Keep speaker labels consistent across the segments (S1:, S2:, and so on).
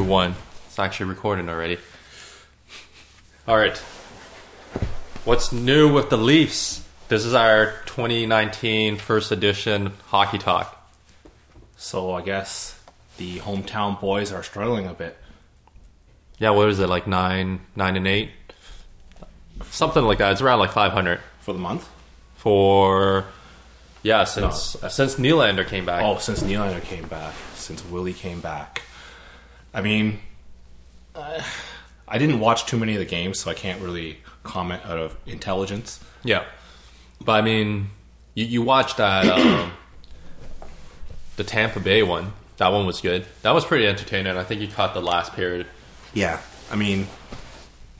S1: one. It's actually recording already. All right. What's new with the Leafs? This is our 2019 first edition hockey talk.
S2: So I guess the hometown boys are struggling a bit.
S1: Yeah, what is it like nine, nine and eight, something like that. It's around like 500
S2: For the month?
S1: for yeah since since Nylander came back.
S2: Oh, since Nylander came back, since Willie came back. I mean, I I didn't watch too many of the games, so I can't really comment out of intelligence.
S1: Yeah, but I mean, you you watched that um, the Tampa Bay one. That one was good. That was pretty entertaining. I think you caught the last period.
S2: Yeah, I mean,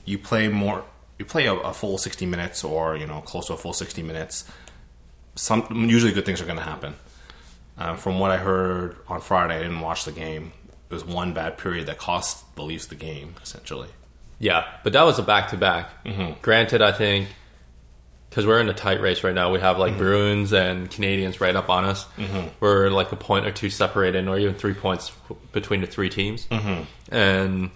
S2: you play more. You play a, a full sixty minutes, or you know, close to a full sixty minutes. Some usually good things are going to happen. Um, from what I heard on Friday, I didn't watch the game. It was one bad period that cost the Leafs the game, essentially.
S1: Yeah, but that was a back to back. Granted, I think because we're in a tight race right now, we have like Bruins and Canadians right up on us. We're like a point or two separated, or even three points between the three teams. Mm-hmm. And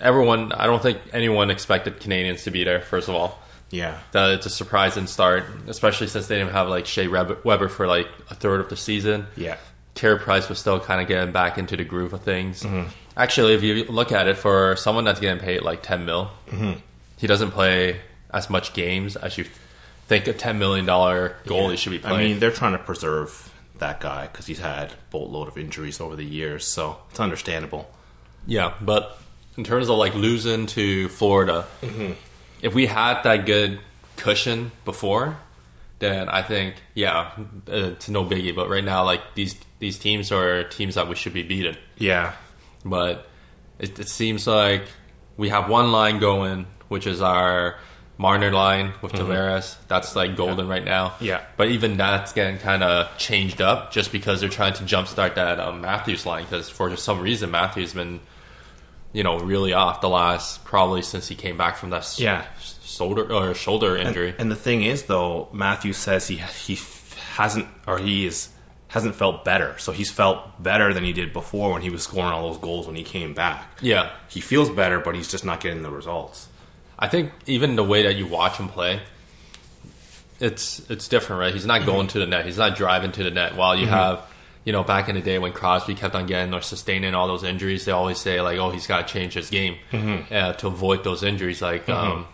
S1: everyone, I don't think anyone expected Canadians to be there. First of all,
S2: Yeah,
S1: that it's a surprising start, especially since they didn't have like Shea Reb- Weber for like a third of the season.
S2: yeah,
S1: Carey Price was still kind of getting back into the groove of things.
S2: Mm-hmm.
S1: Actually, if you look at it, for someone that's getting paid like ten mil,
S2: Mm-hmm.
S1: he doesn't play as much games as you think a ten million dollar goalie should be
S2: I
S1: playing.
S2: mean, they're trying to preserve that guy because he's had boatload of injuries over the years, so it's understandable.
S1: yeah, but in terms of like losing to Florida, if we had that good cushion before, then I think yeah, uh, it's no biggie. But right now, like these these teams are teams that we should be beating.
S2: Yeah,
S1: but it, it seems like we have one line going, which is our Marner line with Tavares. That's like golden right now.
S2: Mm-hmm. Yeah.
S1: But even that's getting kind of changed up just because they're trying to jumpstart that um, Matthews line because for some reason Matthews been, you know, really off the last probably since he came back from that s-
S2: Yeah.
S1: s- shoulder or shoulder injury.
S2: And the thing is, though, Matthew says he he f- hasn't or he is hasn't felt better. So he's felt better than he did before when he was scoring all those goals when he came back.
S1: yeah.
S2: He feels better, but he's just not getting the results.
S1: I think even the way that you watch him play, it's it's different, right? He's not
S2: Mm-hmm.
S1: going to the net. He's not driving to the net. While you have, you know, back in the day when Crosby kept on getting or sustaining all those injuries, they always say like, "Oh, he's got to change his game
S2: Mm-hmm.
S1: uh, to avoid those injuries." Like um,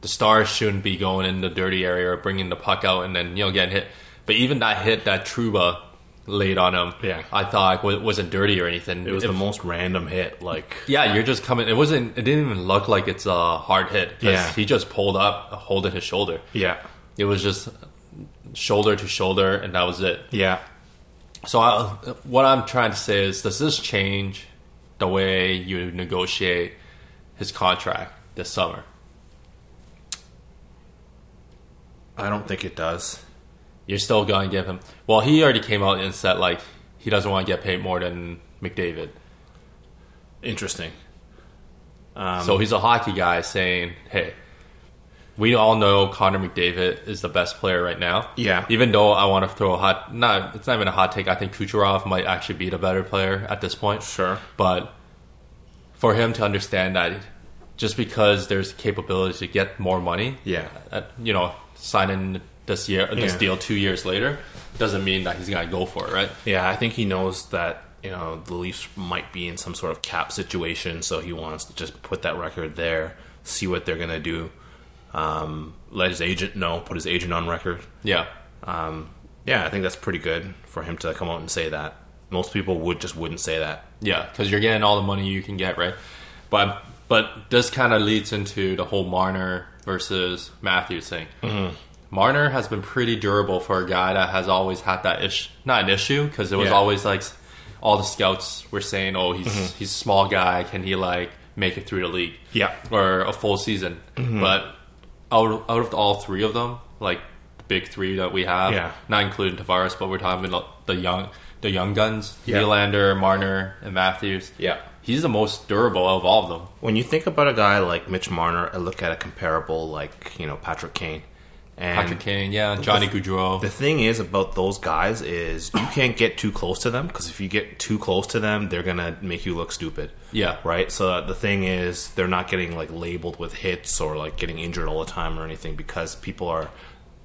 S1: the stars shouldn't be going in the dirty area or bringing the puck out and then you know getting hit. But even that hit that Truba laid on him,
S2: Yeah.
S1: I thought it wasn't dirty or anything.
S2: It was the most random hit. Like,
S1: Yeah, you're just coming. It wasn't. It didn't even look like it's a hard hit. 'cause
S2: Yeah.
S1: he just pulled up, holding his shoulder.
S2: yeah,
S1: It was just shoulder to shoulder, and that was it.
S2: yeah,
S1: So, I, what I'm trying to say is, does this change the way you negotiate his contract this summer?
S2: I don't think it does.
S1: You're still going to give him. Well, he already came out and said like he doesn't want to get paid more than McDavid.
S2: Interesting.
S1: so he's a hockey guy saying, "Hey, we all know Connor McDavid is the best player right now.
S2: Yeah.
S1: Even though I want to throw a hot, not it's not even a hot take. I think Kucherov might actually be the better player at this point.
S2: Sure.
S1: But for him to understand that, just because there's capability to get more money,
S2: Yeah.
S1: uh, you know, signing this year this
S2: Yeah.
S1: deal two years later doesn't mean that he's gonna go for it, right?
S2: Yeah, I think he knows that you know the Leafs might be in some sort of cap situation, so he wants to just put that record there, see what they're gonna do. Um, let his agent know, put his agent on record.
S1: Yeah.
S2: Yeah, I think that's pretty good for him to come out and say that. Most people would just wouldn't say that.
S1: Yeah, because you're getting all the money you can get, right? But but this kind of leads into the whole Marner versus Matthews thing. Mm-hmm. Marner has been pretty durable for a guy that has always had that issue, not an issue, because it was
S2: Yeah.
S1: always like s- all the scouts were saying, "Oh, he's he's a small guy. Can he like make it through the league?
S2: Mm-hmm. Yeah. Mm-hmm.
S1: or a full season?" But out out of all three of them, like the big three that we have,
S2: Yeah.
S1: not including Tavares, but we're talking about the young the young guns,
S2: Yeah.
S1: Nylander, Marner, and Matthews.
S2: Yeah.
S1: He's the most durable of all of them.
S2: When you think about a guy like Mitch Marner, I look at a comparable like you know Patrick Kane. And
S1: Patrick Kane, yeah, Johnny Goudreau.
S2: the thing is about those guys is you can't get too close to them because if you get too close to them, they're gonna make you look stupid.
S1: Yeah.
S2: Right. So uh, the thing is, they're not getting like labeled with hits or like getting injured all the time or anything because people are.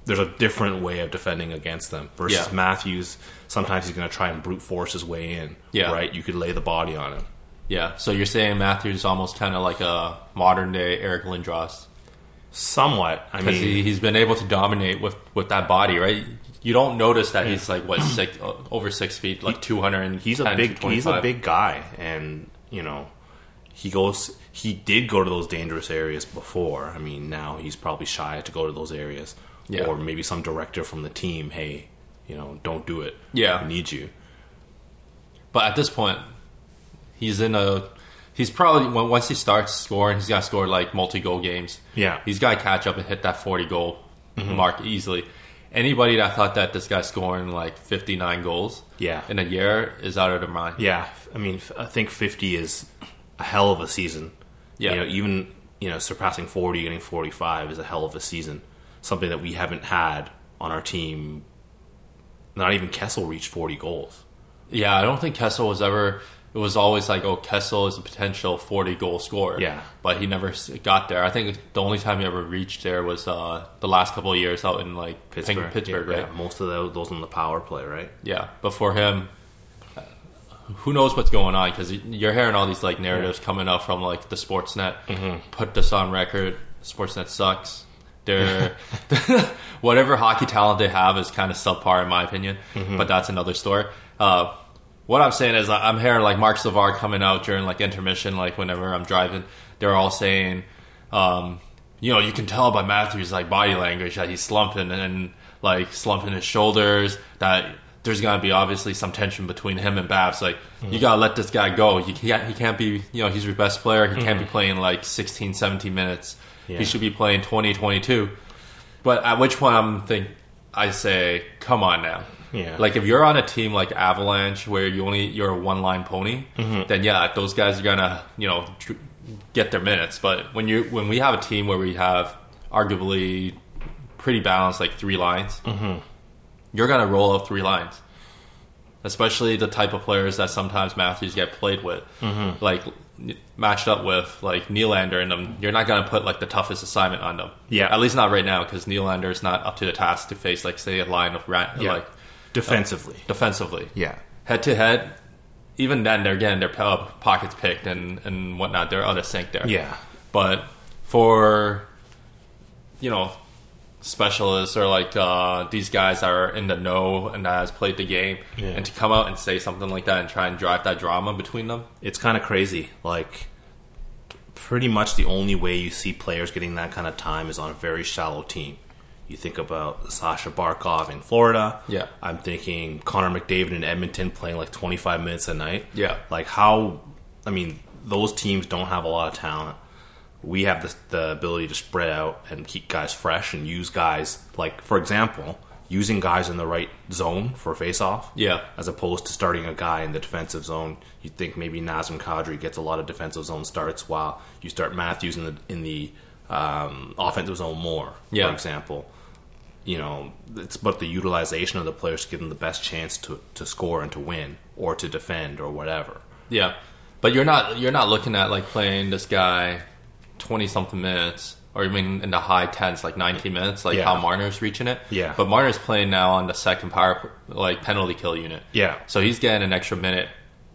S2: There's a different way of defending against them versus
S1: Yeah.
S2: Matthews. Sometimes he's gonna try and brute force his way in.
S1: Yeah.
S2: Right. You could lay the body on him.
S1: Yeah, so you're saying Matthews is almost kind of like a modern day Eric Lindros
S2: Somewhat. I mean,
S1: because he, he's been able to dominate with, with that body, right? You don't notice that he's like what six o- over six feet, like two hundred and
S2: he's a big he's a big guy and you know he goes he did go to those dangerous areas before i mean now he's probably shy to go to those areas
S1: Yeah.
S2: or maybe some director from the team hey you know don't do it
S1: Yeah.
S2: we need you
S1: But at this point, he's in a he's probably when- once he starts scoring, he's got to score like multi goal games.
S2: yeah
S1: He's got to catch up and hit that 40 goal
S2: Mm-hmm.
S1: mark easily. Anybody that thought that this guy's scoring like 59 goals
S2: Yeah.
S1: in a year is out of their mind.
S2: yeah i mean i think 50 is a hell of a season
S1: Yeah.
S2: you know even you know surpassing 40 getting 45 is a hell of a season something that we haven't had on our team not even kessel reached 40 goals
S1: Yeah, I don't think Kessel was ever. It was always like, oh, Kessel is a potential 40 goal scorer.
S2: Yeah.
S1: But he never s- got there. I think the only time he ever reached there was uh, the last couple of years out in like Pittsburgh, Pittsburgh
S2: yeah,
S1: right? Oh.
S2: yeah. most of those, those on the power play, right?
S1: Yeah, but for him, who knows what's going on? Because you're hearing all these like narratives coming up from like the Sportsnet. Put this on record. Sportsnet sucks. They're whatever hockey talent they have is kind of subpar in my opinion. But that's another story. Uh, what I'm saying is I- I'm hearing like Mark Savar coming out during like intermission, like whenever I'm driving, they're all saying um, you know, you can tell by Matthew's like body language that he's slumping and like slumping his shoulders. That there's gonna be obviously some tension between him and Babs. Like you gotta let this guy go. He can't. He can't be. You know, he's your best player. He can't be playing like 16, 17 minutes.
S2: Yeah.
S1: He should be playing 20, 22. But at which point I'm think I say, come on now.
S2: Yeah.
S1: Like if you're on a team like Avalanche where you only you're a one line pony,
S2: Mm-hmm.
S1: then yeah, those guys are gonna you know dr- get their minutes. But when you when we have a team where we have arguably pretty balanced like three lines,
S2: Mm-hmm.
S1: you're gonna roll up three lines. Especially the type of players that sometimes Matthews get played with,
S2: Mm-hmm.
S1: like n- matched up with, like Nylander and them. You're not going to put like the toughest assignment on them.
S2: Yeah.
S1: at least not right now because Nylander is not up to the task to face like say a line of ra- like
S2: defensively.
S1: defensively.
S2: yeah,
S1: Head to head, even then they're getting their po- pockets picked and, and whatnot. They're out of sync there.
S2: yeah,
S1: But for, you know, specialists or like uh, these guys that are in the know and that has played the game,
S2: Yeah.
S1: and to come out and say something like that and try and drive that drama between them.
S2: it's kind of crazy. Like, pretty much the only way you see players getting that kind of time is on a very shallow team. You think about Sasha Barkov in Florida.
S1: Yeah.
S2: I'm thinking Connor McDavid in Edmonton playing like 25 minutes a night.
S1: Yeah.
S2: like how? I mean, those teams don't have a lot of talent. we have the, the ability to spread out and keep guys fresh and use guys like for example using guys in the right zone for face off
S1: Yeah.
S2: as opposed to starting a guy in the defensive zone you'd think maybe Nazem Kadri gets a lot of defensive zone starts while you start Matthews in the in the um, offensive zone more
S1: Yeah.
S2: for example you know it's about the utilization of the players to give them the best chance to, to score and to win or to defend or whatever
S1: Yeah, but you're not you're not looking at like playing this guy twenty something minutes, or I mean in the high tens, like nineteen minutes, like
S2: Yeah.
S1: how Marner's reaching it.
S2: Yeah.
S1: but Marner's playing now on the second power like penalty kill unit.
S2: Yeah.
S1: so he's getting an extra minute,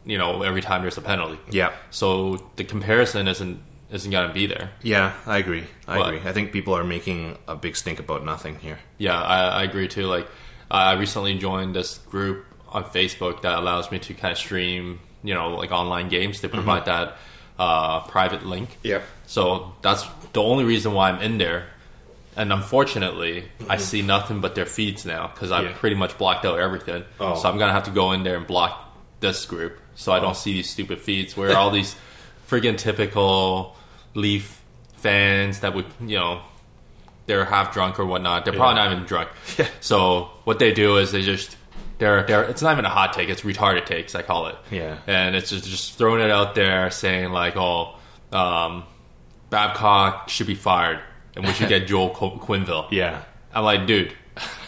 S1: you know, every time there's a penalty.
S2: yeah
S1: So the comparison isn't isn't gonna be there.
S2: Yeah, I agree. I
S1: What?
S2: agree. I think people are making a big stink about nothing here.
S1: Yeah, I, I agree too. Like, I recently joined this group on Facebook that allows me to kind of stream, you know, like online games. They provide
S2: Mm-hmm.
S1: that uh, private link.
S2: Yep.
S1: So that's the only reason why I'm in there. And unfortunately, I see nothing but their feeds now because I've
S2: Mm-hmm. Yeah.
S1: pretty much blocked out everything.
S2: Oh.
S1: So I'm going to have to go in there and block this group so I
S2: Oh.
S1: don't see these stupid feeds where all these friggin' typical Leaf fans that would, you know, they're half drunk or whatnot. They're probably
S2: Yeah.
S1: not even drunk. So what they do is they just they're they're it's not even a hot take, it's retarded takes I call it.
S2: Yeah.
S1: And it's just just throwing it out there saying like, oh, um, Babcock should be fired and we should get Joel Co- Quinville.
S2: Yeah.
S1: I'm like, dude,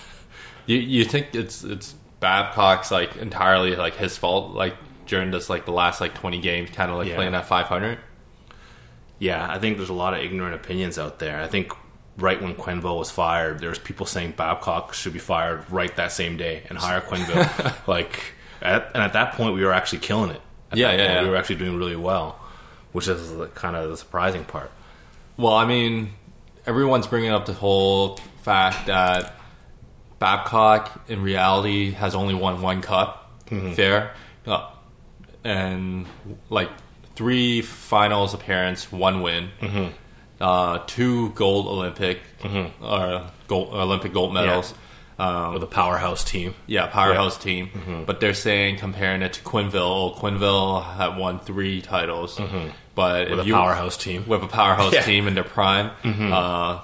S1: you you think it's it's Babcock's like entirely like his fault like during this like the last like 20 games kind of like
S2: Yeah.
S1: playing at 500?
S2: Yeah, I think there's a lot of ignorant opinions out there. I think right when Quenville was fired, there was people saying Babcock should be fired right that same day and hire Quenville. like, at, and at that point, we were actually killing it. At
S1: Yeah,
S2: that
S1: yeah,
S2: point,
S1: yeah.
S2: We were actually doing really well, which is the, kind of the surprising part.
S1: Well, I mean, everyone's bringing up the whole fact that Babcock, in reality, has only won one cup,
S2: Mm-hmm.
S1: fair, uh, and like three finals appearance, one win,
S2: Mm-hmm.
S1: uh, two gold Olympic or gold, Olympic gold medals. Um,
S2: with a powerhouse team.
S1: Yeah, powerhouse team.
S2: Mm-hmm.
S1: But they're saying comparing it to Quinville. Oh, Quinville had won three titles, but
S2: Mm-hmm. With
S1: if
S2: a
S1: you
S2: powerhouse team.
S1: with a powerhouse
S2: Yeah. Mm-hmm.
S1: team in their prime. Uh,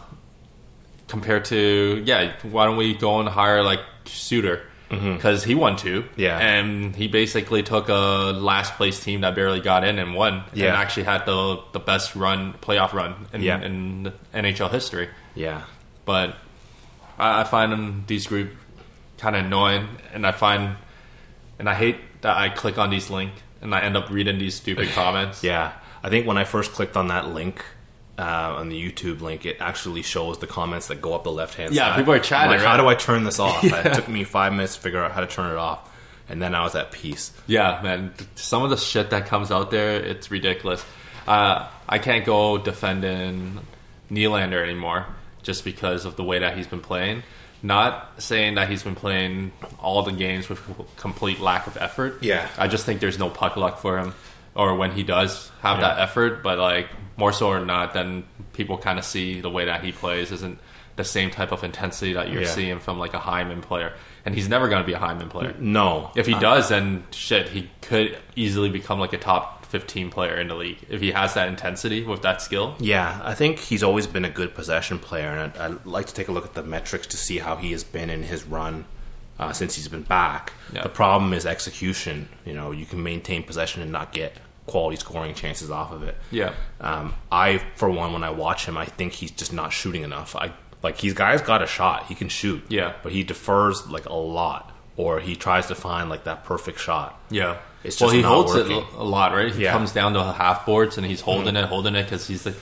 S1: compared to yeah, why don't we go and hire like Suter because he won two.
S2: Mm-hmm. Yeah.
S1: and he basically took a last place team that barely got in and won. and
S2: Yeah.
S1: actually had the the best run playoff run in,
S2: Yeah.
S1: in NHL history.
S2: Yeah.
S1: But I, I find them these group kind of annoying, and I find and I hate that I click on these link and I end up reading these stupid comments.
S2: Yeah, I think when I first clicked on that link, uh, on the YouTube link, it actually shows the comments that go up the left hand
S1: Yeah,
S2: side.
S1: people are
S2: I'm
S1: chatting,
S2: Like, how
S1: right?
S2: do I turn this off? It took me five minutes to figure out how to turn it off, and then I was at peace.
S1: Yeah, man. Some of the shit that comes out there, it's ridiculous. Uh, I can't go defending Nylander anymore just because of the way that he's been playing. Not saying that he's been playing all the games with complete lack of effort.
S2: Yeah.
S1: I just think there's no puck luck for him, or when he does have
S2: Yeah.
S1: that effort, but like more so or not, then people kind of see the way that he plays isn't the same type of intensity that you're
S2: Yeah.
S1: seeing from like a Hyman player, and he's never going to be a Hyman player.
S2: No,
S1: If he does, then shit, he could easily become like a top 15 player in the league if he has that intensity with that skill.
S2: Yeah, I think he's always been a good possession player, and I'd, I'd like to take a look at the metrics to see how he has been in his run uh, since he's been back.
S1: Yeah.
S2: The problem is execution. You know, you can maintain possession and not get quality scoring chances off of it.
S1: Yeah.
S2: Um, I, for one, when I watch him, I think he's just not shooting enough. I like he's guy's got a shot; he can shoot.
S1: Yeah.
S2: but he defers like a lot, or he tries to find like that perfect shot.
S1: Yeah.
S2: It's
S1: well,
S2: just
S1: he
S2: not
S1: holds it
S2: working.
S1: a lot, right? He
S2: Yeah. Mm-hmm.
S1: comes down to half boards and he's holding it, holding it because he's like,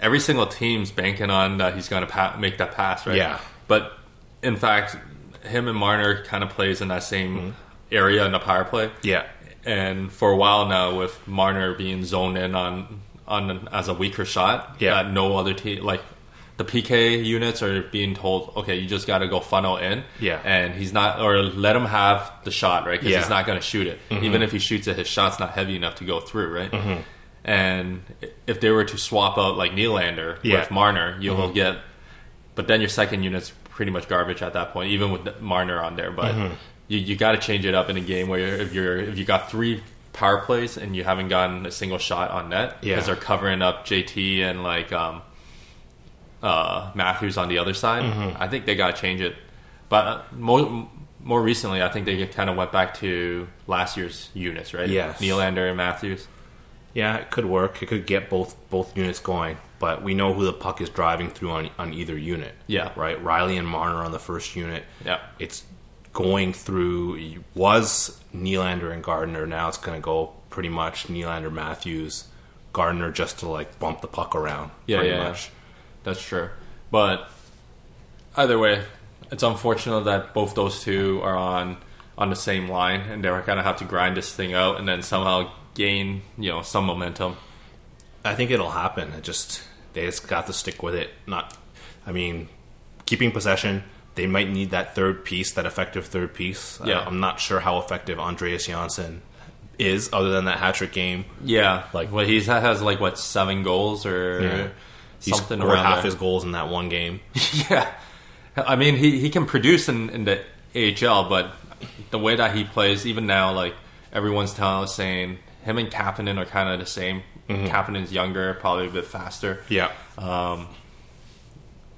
S1: every single team's banking on that he's going to pa- make that pass, right?
S2: Yeah.
S1: But in fact, him and Marner kind of plays in that same
S2: Mm-hmm.
S1: area in the power play.
S2: Yeah,
S1: and for a while now with Marner being zoned in on on as a weaker shot
S2: Yeah.
S1: that no other team like the PK units are being told okay you just got to go funnel in
S2: Yeah.
S1: and he's not or let him have the shot right because
S2: Yeah. Mm-hmm.
S1: he's not going to shoot it even if he shoots it his shot's not heavy enough to go through right and if they were to swap out like Nylander
S2: Yeah. Mm-hmm.
S1: with Marner you'll get but then your second unit's pretty much garbage at that point, even with Marner on there. But
S2: Mm-hmm.
S1: you, you got to change it up in a game where if you're if you got three power plays and you haven't gotten a single shot on net because
S2: Yeah.
S1: they're covering up JT and like um, uh, Matthews on the other side,
S2: Mm-hmm.
S1: I think they got to change it. But uh, more more recently, I think they kind of went back to last year's units, right?
S2: Yes.
S1: Nylander and Matthews.
S2: Yeah, it could work. It could get both both units going, but we know who the puck is driving through on on either unit.
S1: Yeah.
S2: right. Riley and Marner on the first unit.
S1: Yeah.
S2: it's going through. Was Nylander and Gardner? Now it's going to go pretty much Nylander Matthews, Gardner just to like bump the puck around.
S1: Yeah,
S2: pretty
S1: yeah, That's true. But either way, it's unfortunate that both those two are on on the same line and they're gonna have to grind this thing out and then somehow gain, you know, some momentum.
S2: I think it'll happen. It just they just got to stick with it. Not, I mean, keeping possession. They might need that third piece, that effective third piece. Uh,
S1: Yeah.
S2: I'm not sure how effective Andreas Janssen is, other than that hat trick game.
S1: Yeah. Like
S2: Like-
S1: well he's has like what, seven goals or
S2: Yeah. He
S1: something
S2: scored
S1: around
S2: half
S1: there.
S2: his goals in that one game.
S1: Yeah, I mean he, he can produce in, in the AHL, but the way that he plays, even now, like everyone's telling us saying him and Kapanen are kind of the same.
S2: Mm-hmm.
S1: Kapanen's younger, probably a bit faster,
S2: Yeah,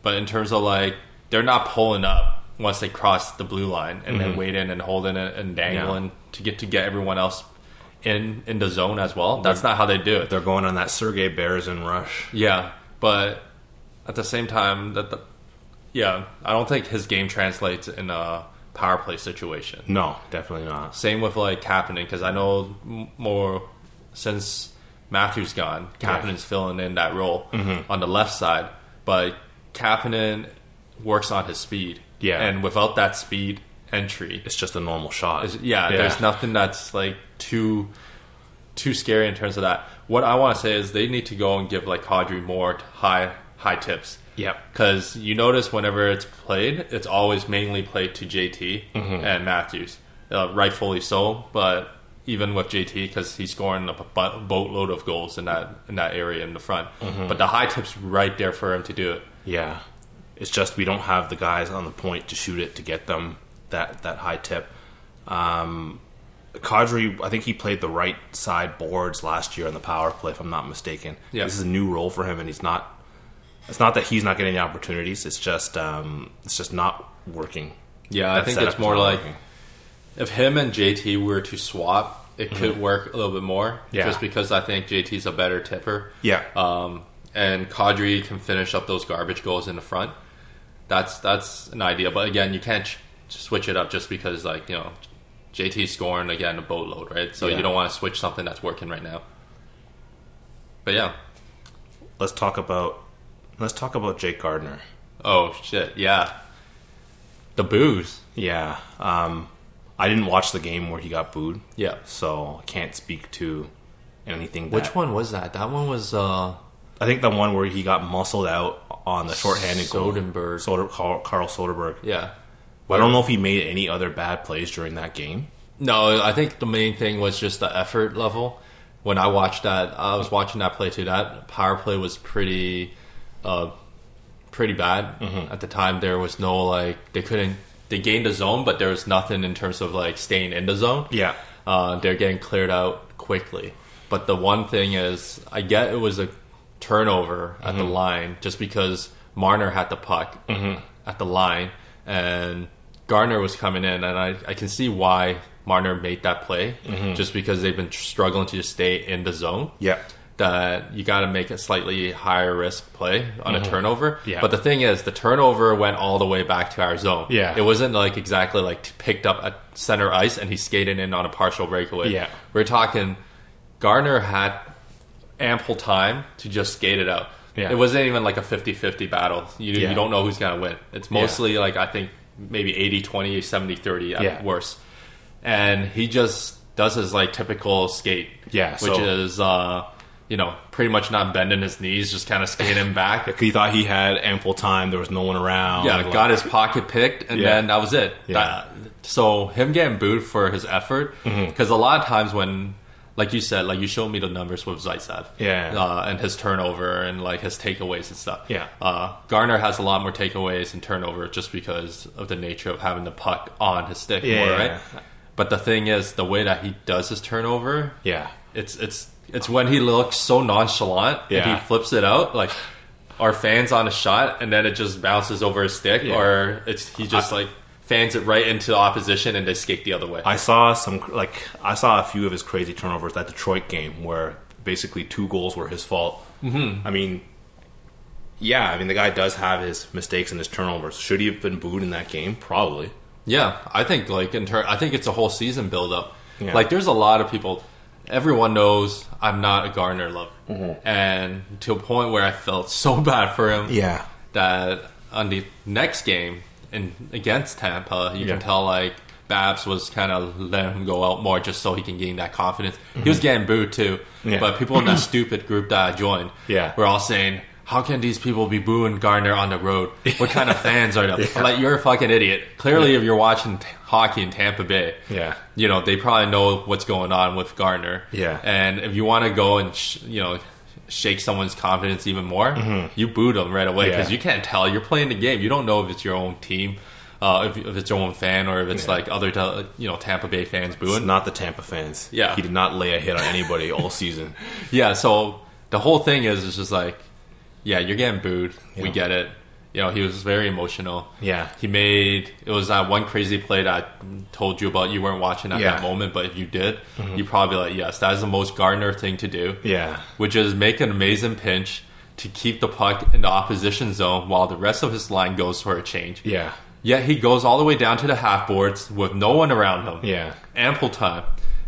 S1: but in terms of like they're not pulling up once they cross the blue line and then waiting and holding it and dangling to get to get everyone else in in the zone as well. That's not how they do it.
S2: they're going on that Sergei Berezin rush.
S1: Yeah, but at the same time, that the, yeah, I don't think his game translates in a power play situation.
S2: No, definitely not.
S1: Same with like Kapanen because I know m- more since Matthew's gone,
S2: Yeah. Mm-hmm.
S1: Kapanen's filling in that role on the left side, but Kapanen works on his speed.
S2: Yeah.
S1: and without that speed entry,
S2: It's just a normal shot.
S1: it's- yeah, there's nothing that's like too too scary in terms of that. What I want to say is they need to go and give like Kadri more t- high high tips.
S2: Yep.
S1: Because you notice whenever it's played, it's always mainly played to JT and Matthews, uh, rightfully so. But even with JT, because he's scoring a bu- boatload of goals in that in that area in the front. But the high tips right there for him to do it.
S2: Yeah. It's just we don't have the guys on the point to shoot it to get them that that high tip. Um Kadri, I think he played the right side boards last year on the power play, if I'm not mistaken.
S1: Yeah.
S2: This is a new role for him, and he's not. It's not that he's not getting the opportunities. It's just um, it's just not working.
S1: Yeah, I
S2: That
S1: think
S2: setup
S1: it's
S2: is
S1: more
S2: not
S1: like
S2: working.
S1: if him and JT were to swap, it could work a little bit more.
S2: Yeah.
S1: Just because I think JT's a better tipper.
S2: yeah,
S1: Um, and Kadri can finish up those garbage goals in the front. That's that's an idea, but again, you can't sh- switch it up just because like you know, JT's scoring again a boatload, right? So
S2: Yeah.
S1: you don't want to switch something that's working right now. But yeah.
S2: let's talk about let's talk about Jake Gardner.
S1: Oh shit. Yeah. The booze.
S2: Yeah, um, I didn't watch the game where he got booed,
S1: Yeah.
S2: so I can't speak to anything.
S1: Which
S2: that-
S1: one was that? That one was uh
S2: I think the one where he got muscled out on the shorthanded goal.
S1: Soderbergh.
S2: Soder, Carl, Carl Soderberg.
S1: yeah.
S2: I don't know if he made any other bad plays during that game.
S1: No, I think the main thing was just the effort level. When I watched that, I was watching that play too. That power play was pretty, uh, pretty bad at the time. There was no like they couldn't. They gained the zone, but there was nothing in terms of like staying in the zone.
S2: Yeah.
S1: Uh, they're getting cleared out quickly. But the one thing is, I get it was a turnover at the line just because Marner had the puck at the line and Garner was coming in, and I, I can see why Marner made that play just because they've been struggling to just stay in the zone
S2: Yeah.
S1: that you got to make a slightly higher risk play on a turnover.
S2: Mm-hmm. Yeah.
S1: But the thing is, the turnover went all the way back to our zone.
S2: Yeah.
S1: It wasn't like exactly like t- picked up at center ice and he skated in on a partial breakaway.
S2: Yeah.
S1: We're talking Garner had ample time to just skate it out.
S2: Yeah.
S1: It wasn't even like a 50-50 battle. You,
S2: Yeah.
S1: you don't know who's going to win. It's mostly like I think maybe 80-20, 70-30 at
S2: Yeah.
S1: worst. And he just does his like typical skate.
S2: Yeah,
S1: Which
S2: so-
S1: is is uh, you know pretty much not bending his knees, just kind of skating back.
S2: He thought he had ample time. There was no one around.
S1: yeah,
S2: Like,
S1: got his pocket picked, and
S2: Yeah.
S1: then that was it.
S2: Yeah.
S1: That- so him getting booed for his effort because a lot of times when. Like you said, like you showed me the numbers with Zaitsev,
S2: Yeah.
S1: uh, and his turnover and like his takeaways and stuff.
S2: Yeah.
S1: uh, Garner has a lot more takeaways and turnover just because of the nature of having the puck on his stick
S2: Yeah.
S1: more, right? But the thing is, the way that he does his turnover,
S2: Yeah.
S1: it's it's it's when he looks so nonchalant
S2: Yeah.
S1: and he flips it out like our fans on a shot and then it just bounces over his stick
S2: Yeah.
S1: or it's he just like fans it right into the opposition and they skate the other way.
S2: I saw some like I saw a few of his crazy turnovers that Detroit game where basically two goals were his fault. Mm-hmm. I mean, yeah, I mean the guy does have his mistakes and his turnovers. Should he have been booed in that game? Probably.
S1: yeah, I think like in turn I think it's a whole season build up.
S2: Yeah.
S1: Like there's a lot of people everyone knows I'm not a Garner lover.
S2: Mm-hmm.
S1: And to a point where I felt so bad for him.
S2: Yeah.
S1: that on the next game in against Tampa, you
S2: Yeah.
S1: can tell like Babs was kind of letting him go out more just so he can gain that confidence. He was getting booed too,
S2: Mm-hmm. Yeah.
S1: but people in that stupid group that I joined,
S2: Yeah.
S1: were all saying. How can these people be booing Gardner on the road? What kind of fans are they? Like you're a fucking idiot. Clearly, if you're watching t- hockey in Tampa Bay,
S2: Yeah.
S1: you know they probably know what's going on with Gardner.
S2: Yeah.
S1: and if you want to go and sh- you know shake someone's confidence even more, you boot them right away because
S2: Mm-hmm. Yeah.
S1: you can't tell. You're playing the game. You don't know if it's your own team, uh, if, if it's your own fan, or if it's like other tel- you know Tampa Bay fans
S2: It's
S1: booing.
S2: not the Tampa fans.
S1: Yeah.
S2: He did not lay a hit on anybody all season.
S1: yeah, so the whole thing is it's just like, yeah, you're getting booed. We
S2: Yeah.
S1: get it. You know, he was very emotional.
S2: Yeah.
S1: He made it was that one crazy play that I told you about. You weren't watching at
S2: Yeah. Mm-hmm.
S1: that moment, but if you did, you probably like, yes, that is the most Gardner thing to do.
S2: Yeah.
S1: which is make an amazing pinch to keep the puck in the opposition zone while the rest of his line goes for a change.
S2: Yeah.
S1: Yet he goes all the way down to the half boards with no one around him.
S2: Yeah.
S1: Ample time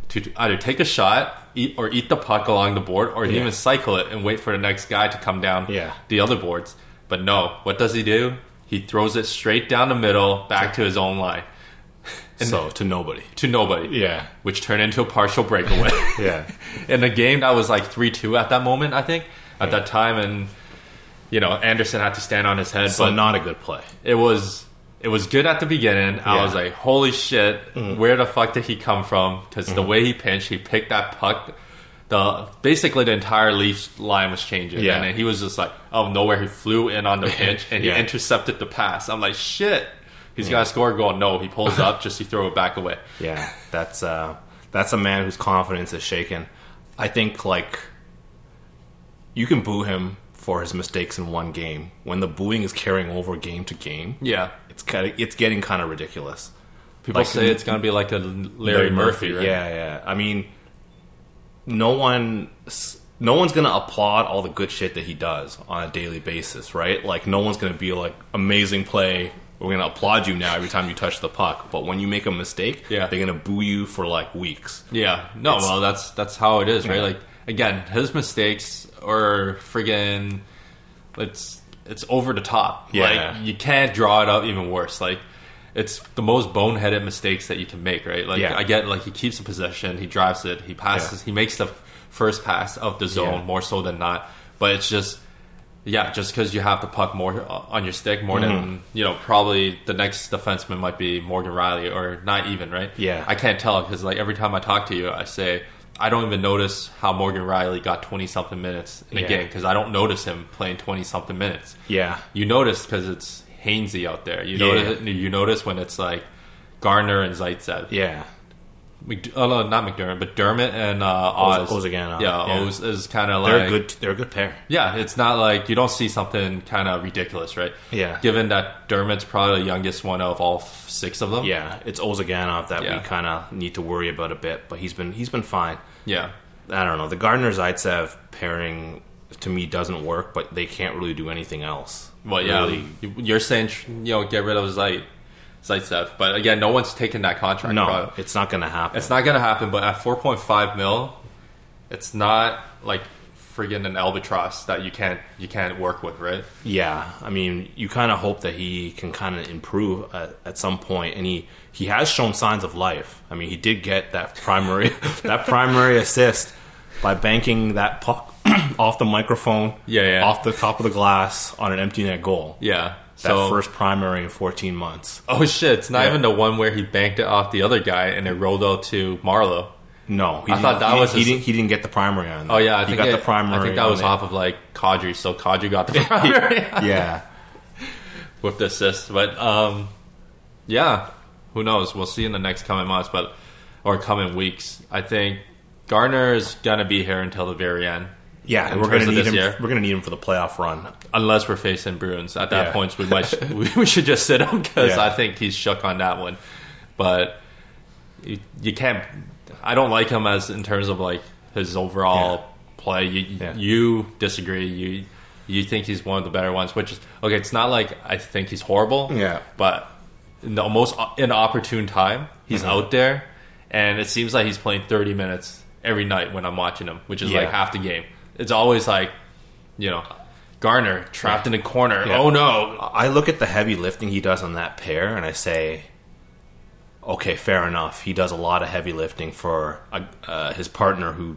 S1: to either take a shot eat, or eat the puck along the board or
S2: Yeah.
S1: even cycle it and wait for the next guy to come down
S2: Yeah.
S1: the other boards. But no, what does he do? He throws it straight down the middle back to his own line
S2: so to nobody.
S1: to nobody,
S2: Yeah.
S1: which turned into a partial breakaway.
S2: Yeah.
S1: in a game that was like 3 2 at that moment, I think, at that time. And, you know, Anderson had to stand on his head.
S2: So
S1: but
S2: not a good play.
S1: it was it was good at the beginning. I
S2: Yeah. Mm.
S1: was like, holy shit, where the fuck did he come from? Because
S2: Mm-hmm.
S1: the way he pinched, he picked that puck. The basically the entire Leafs line was changing,
S2: Yeah.
S1: and then he was just like out of nowhere. He flew in on the pinch and
S2: Yeah. Mm.
S1: he intercepted the pass. I'm like, shit, he's gonna score a goal. No, he pulls up just to throw it back away.
S2: Yeah, that's uh, that's a man whose confidence is shaken. I think like you can boo him for his mistakes in one game. When the booing is carrying over game to game,
S1: Yeah,
S2: it's kind of it's getting kind of ridiculous.
S1: people
S2: Like- mm.
S1: say it's gonna be like a Larry, Murphy, right?
S2: Yeah, yeah. I mean, no one, no one's gonna applaud all the good shit that he does on a daily basis, right? Like, no one's gonna be like, "Amazing play." We're gonna applaud you now every time you touch the puck. But when you make a mistake,
S1: Yeah.
S2: they're gonna boo you for like weeks.
S1: Yeah. No,
S2: It's-
S1: well, that's that's how it is, right?
S2: Yeah.
S1: Like again, his mistakes are friggin' it's it's over the top.
S2: Yeah.
S1: Like you can't draw it up even worse. Like it's the most boneheaded mistakes that you can make, right? Like
S2: Yeah.
S1: I get like he keeps the possession, he drives it, he passes, he makes the first pass of the zone
S2: Yeah.
S1: more so than not. But it's just yeah, just because you have the puck more uh, on your stick more
S2: Mm-hmm.
S1: than you know, probably the next defenseman might be Morgan Riley or not even right.
S2: Yeah.
S1: I can't tell because like every time I talk to you, I say I don't even notice how Morgan Riley got twenty something minutes in a
S2: Yeah.
S1: game because I don't notice him playing twenty something minutes.
S2: Yeah,
S1: You notice because it's Hainsey out there. You
S2: Yeah.
S1: notice you notice when it's like Garner and Zaitsev.
S2: yeah,
S1: Mc, oh no, not McDermott, but Dermott and uh,
S2: Oz-
S1: Oz.
S2: Oz again, Oz,
S1: yeah,
S2: yeah.
S1: Oz is kind of like
S2: they're a good. They're a good pair.
S1: yeah, it's not like you don't see something kind of ridiculous, right?
S2: Yeah.
S1: Given that Dermot's probably the youngest one of all f- six of them.
S2: Yeah, it's Ozaganov that
S1: Yeah.
S2: we kind of need to worry about a bit, but he's been he's been fine.
S1: Yeah.
S2: I don't know. The Gardner Zaitsev pairing to me doesn't work, but they can't really do anything else.
S1: Well, yeah.
S2: Really.
S1: you- You're saying, tr- you know, get rid of Zeit, Zaitsev. But again, no one's taking that contract.
S2: No,
S1: probably.
S2: it's not going to happen.
S1: It's not going to happen, but at 4.5 mil, it's not like friggin' an albatross that you can't you can't work with, right?
S2: yeah, I mean, you kind of hope that he can kind of improve at, at some point, and he he has shown signs of life. I mean, he did get that primary that primary assist by banking that puck off the microphone,
S1: Yeah, yeah.
S2: off the top of the glass on an empty net goal.
S1: Yeah.
S2: That
S1: so
S2: first primary in 14 months.
S1: oh shit, it's not
S2: Yeah.
S1: even the one where he banked it off the other guy and it rolled out to Marlowe.
S2: No, he
S1: I thought
S2: didn't-
S1: that
S2: he,
S1: was
S2: he
S1: his-
S2: didn't. He didn't get the primary on. That.
S1: Oh yeah, I
S2: he
S1: think
S2: got
S1: it-
S2: the primary.
S1: I think that
S2: on
S1: was
S2: it.
S1: off of like Kadri, so Kadri got the primary
S2: Yeah,
S1: with the assist. But um, yeah, who knows? We'll see in the next coming months, but or coming weeks. I think Garner is gonna be here until the very end,
S2: yeah.
S1: In
S2: we're
S1: terms
S2: gonna
S1: of
S2: need
S1: this
S2: him.
S1: year.
S2: We're gonna need him for the playoff run.
S1: unless we're facing Bruins. At that
S2: Yeah.
S1: point, we might we, we should just sit him because
S2: Yeah.
S1: I think he's shook on that one. But you, you can't. I don't like him as in terms of like his overall play. You
S2: Yeah.
S1: you disagree. You you think he's one of the better ones, which is okay. It's not like I think he's horrible.
S2: Yeah.
S1: but in the most inopportune time, he's
S2: Mm-hmm.
S1: out there, and it seems like he's playing thirty minutes every night when I'm watching him, which is like
S2: Yeah.
S1: half the game. It's always like, you know, Garner trapped in a corner.
S2: Yeah.
S1: Oh no!
S2: I look at the heavy lifting he does on that pair, and I say, okay, fair enough. He does a lot of heavy lifting for uh, uh, his partner, who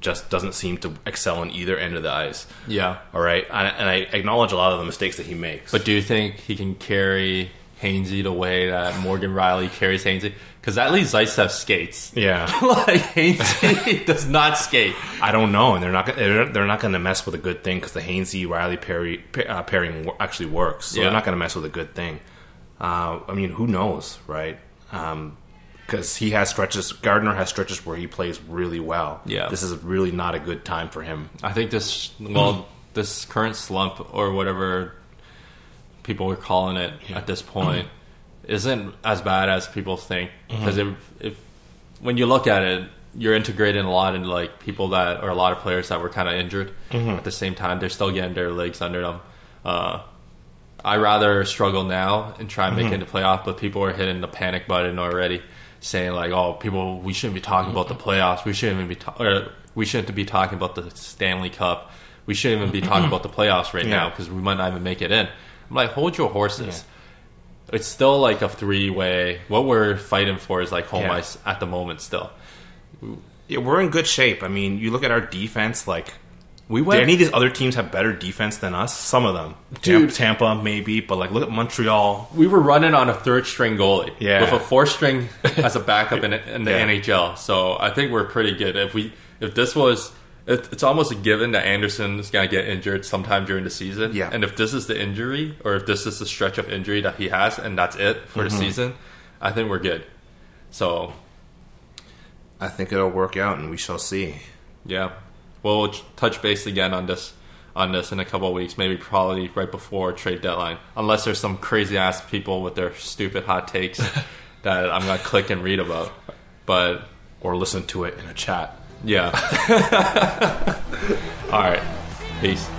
S2: just doesn't seem to excel in either end of the ice.
S1: Yeah,
S2: All right, and, and I acknowledge a lot of the mistakes that he makes.
S1: but do you think he can carry Hainsey the way that Morgan Riley carries Hainsey? Because at least Zaitsev skates.
S2: yeah.
S1: like Hainsey does not skate.
S2: I don't know, and they're not gonna- they're, they're not going to mess with a good thing because the Hainsey Riley Perry pa- uh, pairing wo- actually works. So
S1: Yeah.
S2: they're not going to mess with a good thing. Uh, I mean, who knows, right? Because he has stretches. Gardner has stretches where he plays really well.
S1: Yeah.
S2: this is really not a good time for him.
S1: I think this well, this current slump or whatever people are calling it at this point isn't as bad as people think because if, if when you look at it, you're integrating a lot into like people that or a lot of players that were kind of injured. At the same time, they're still getting their legs under them. Uh, I rather struggle now and try and make it into playoff, but people are hitting the panic button already, saying like, "Oh, people, we shouldn't be talking about the playoffs. We shouldn't even be ta- or we shouldn't be talking about the Stanley Cup. We shouldn't even be talking about the playoffs right now
S2: Yeah.
S1: because we might not even make it in." I'm like, hold your horses. It's still like a three way. What we're fighting for is like home
S2: Yeah.
S1: ice at the moment. Still,
S2: Yeah, we're in good shape. I mean, you look at our defense. Like,
S1: we
S2: do
S1: went.
S2: any of these other teams have better defense than us? Some of them,
S1: Dude.
S2: Tampa, Tampa maybe, but like, look at Montreal.
S1: we were running on a third string goalie
S2: Yeah.
S1: with a four string as a backup in, in the
S2: Yeah.
S1: NHL. So I think we're pretty good. If we if this was it, it's almost a given that Anderson's gonna get injured sometime during the season.
S2: Yeah.
S1: And if this is the injury or if this is the stretch of injury that he has and that's it for
S2: Mm-hmm.
S1: the season, I think we're good. So
S2: I think it'll work out, and we shall see.
S1: yeah, we'll t- touch base again on this on this in a couple of weeks, maybe probably right before trade deadline, unless there's some crazy ass people with their stupid hot takes that I'm gonna click and read about. But
S2: Or listen to it in a chat.
S1: yeah, all right, peace.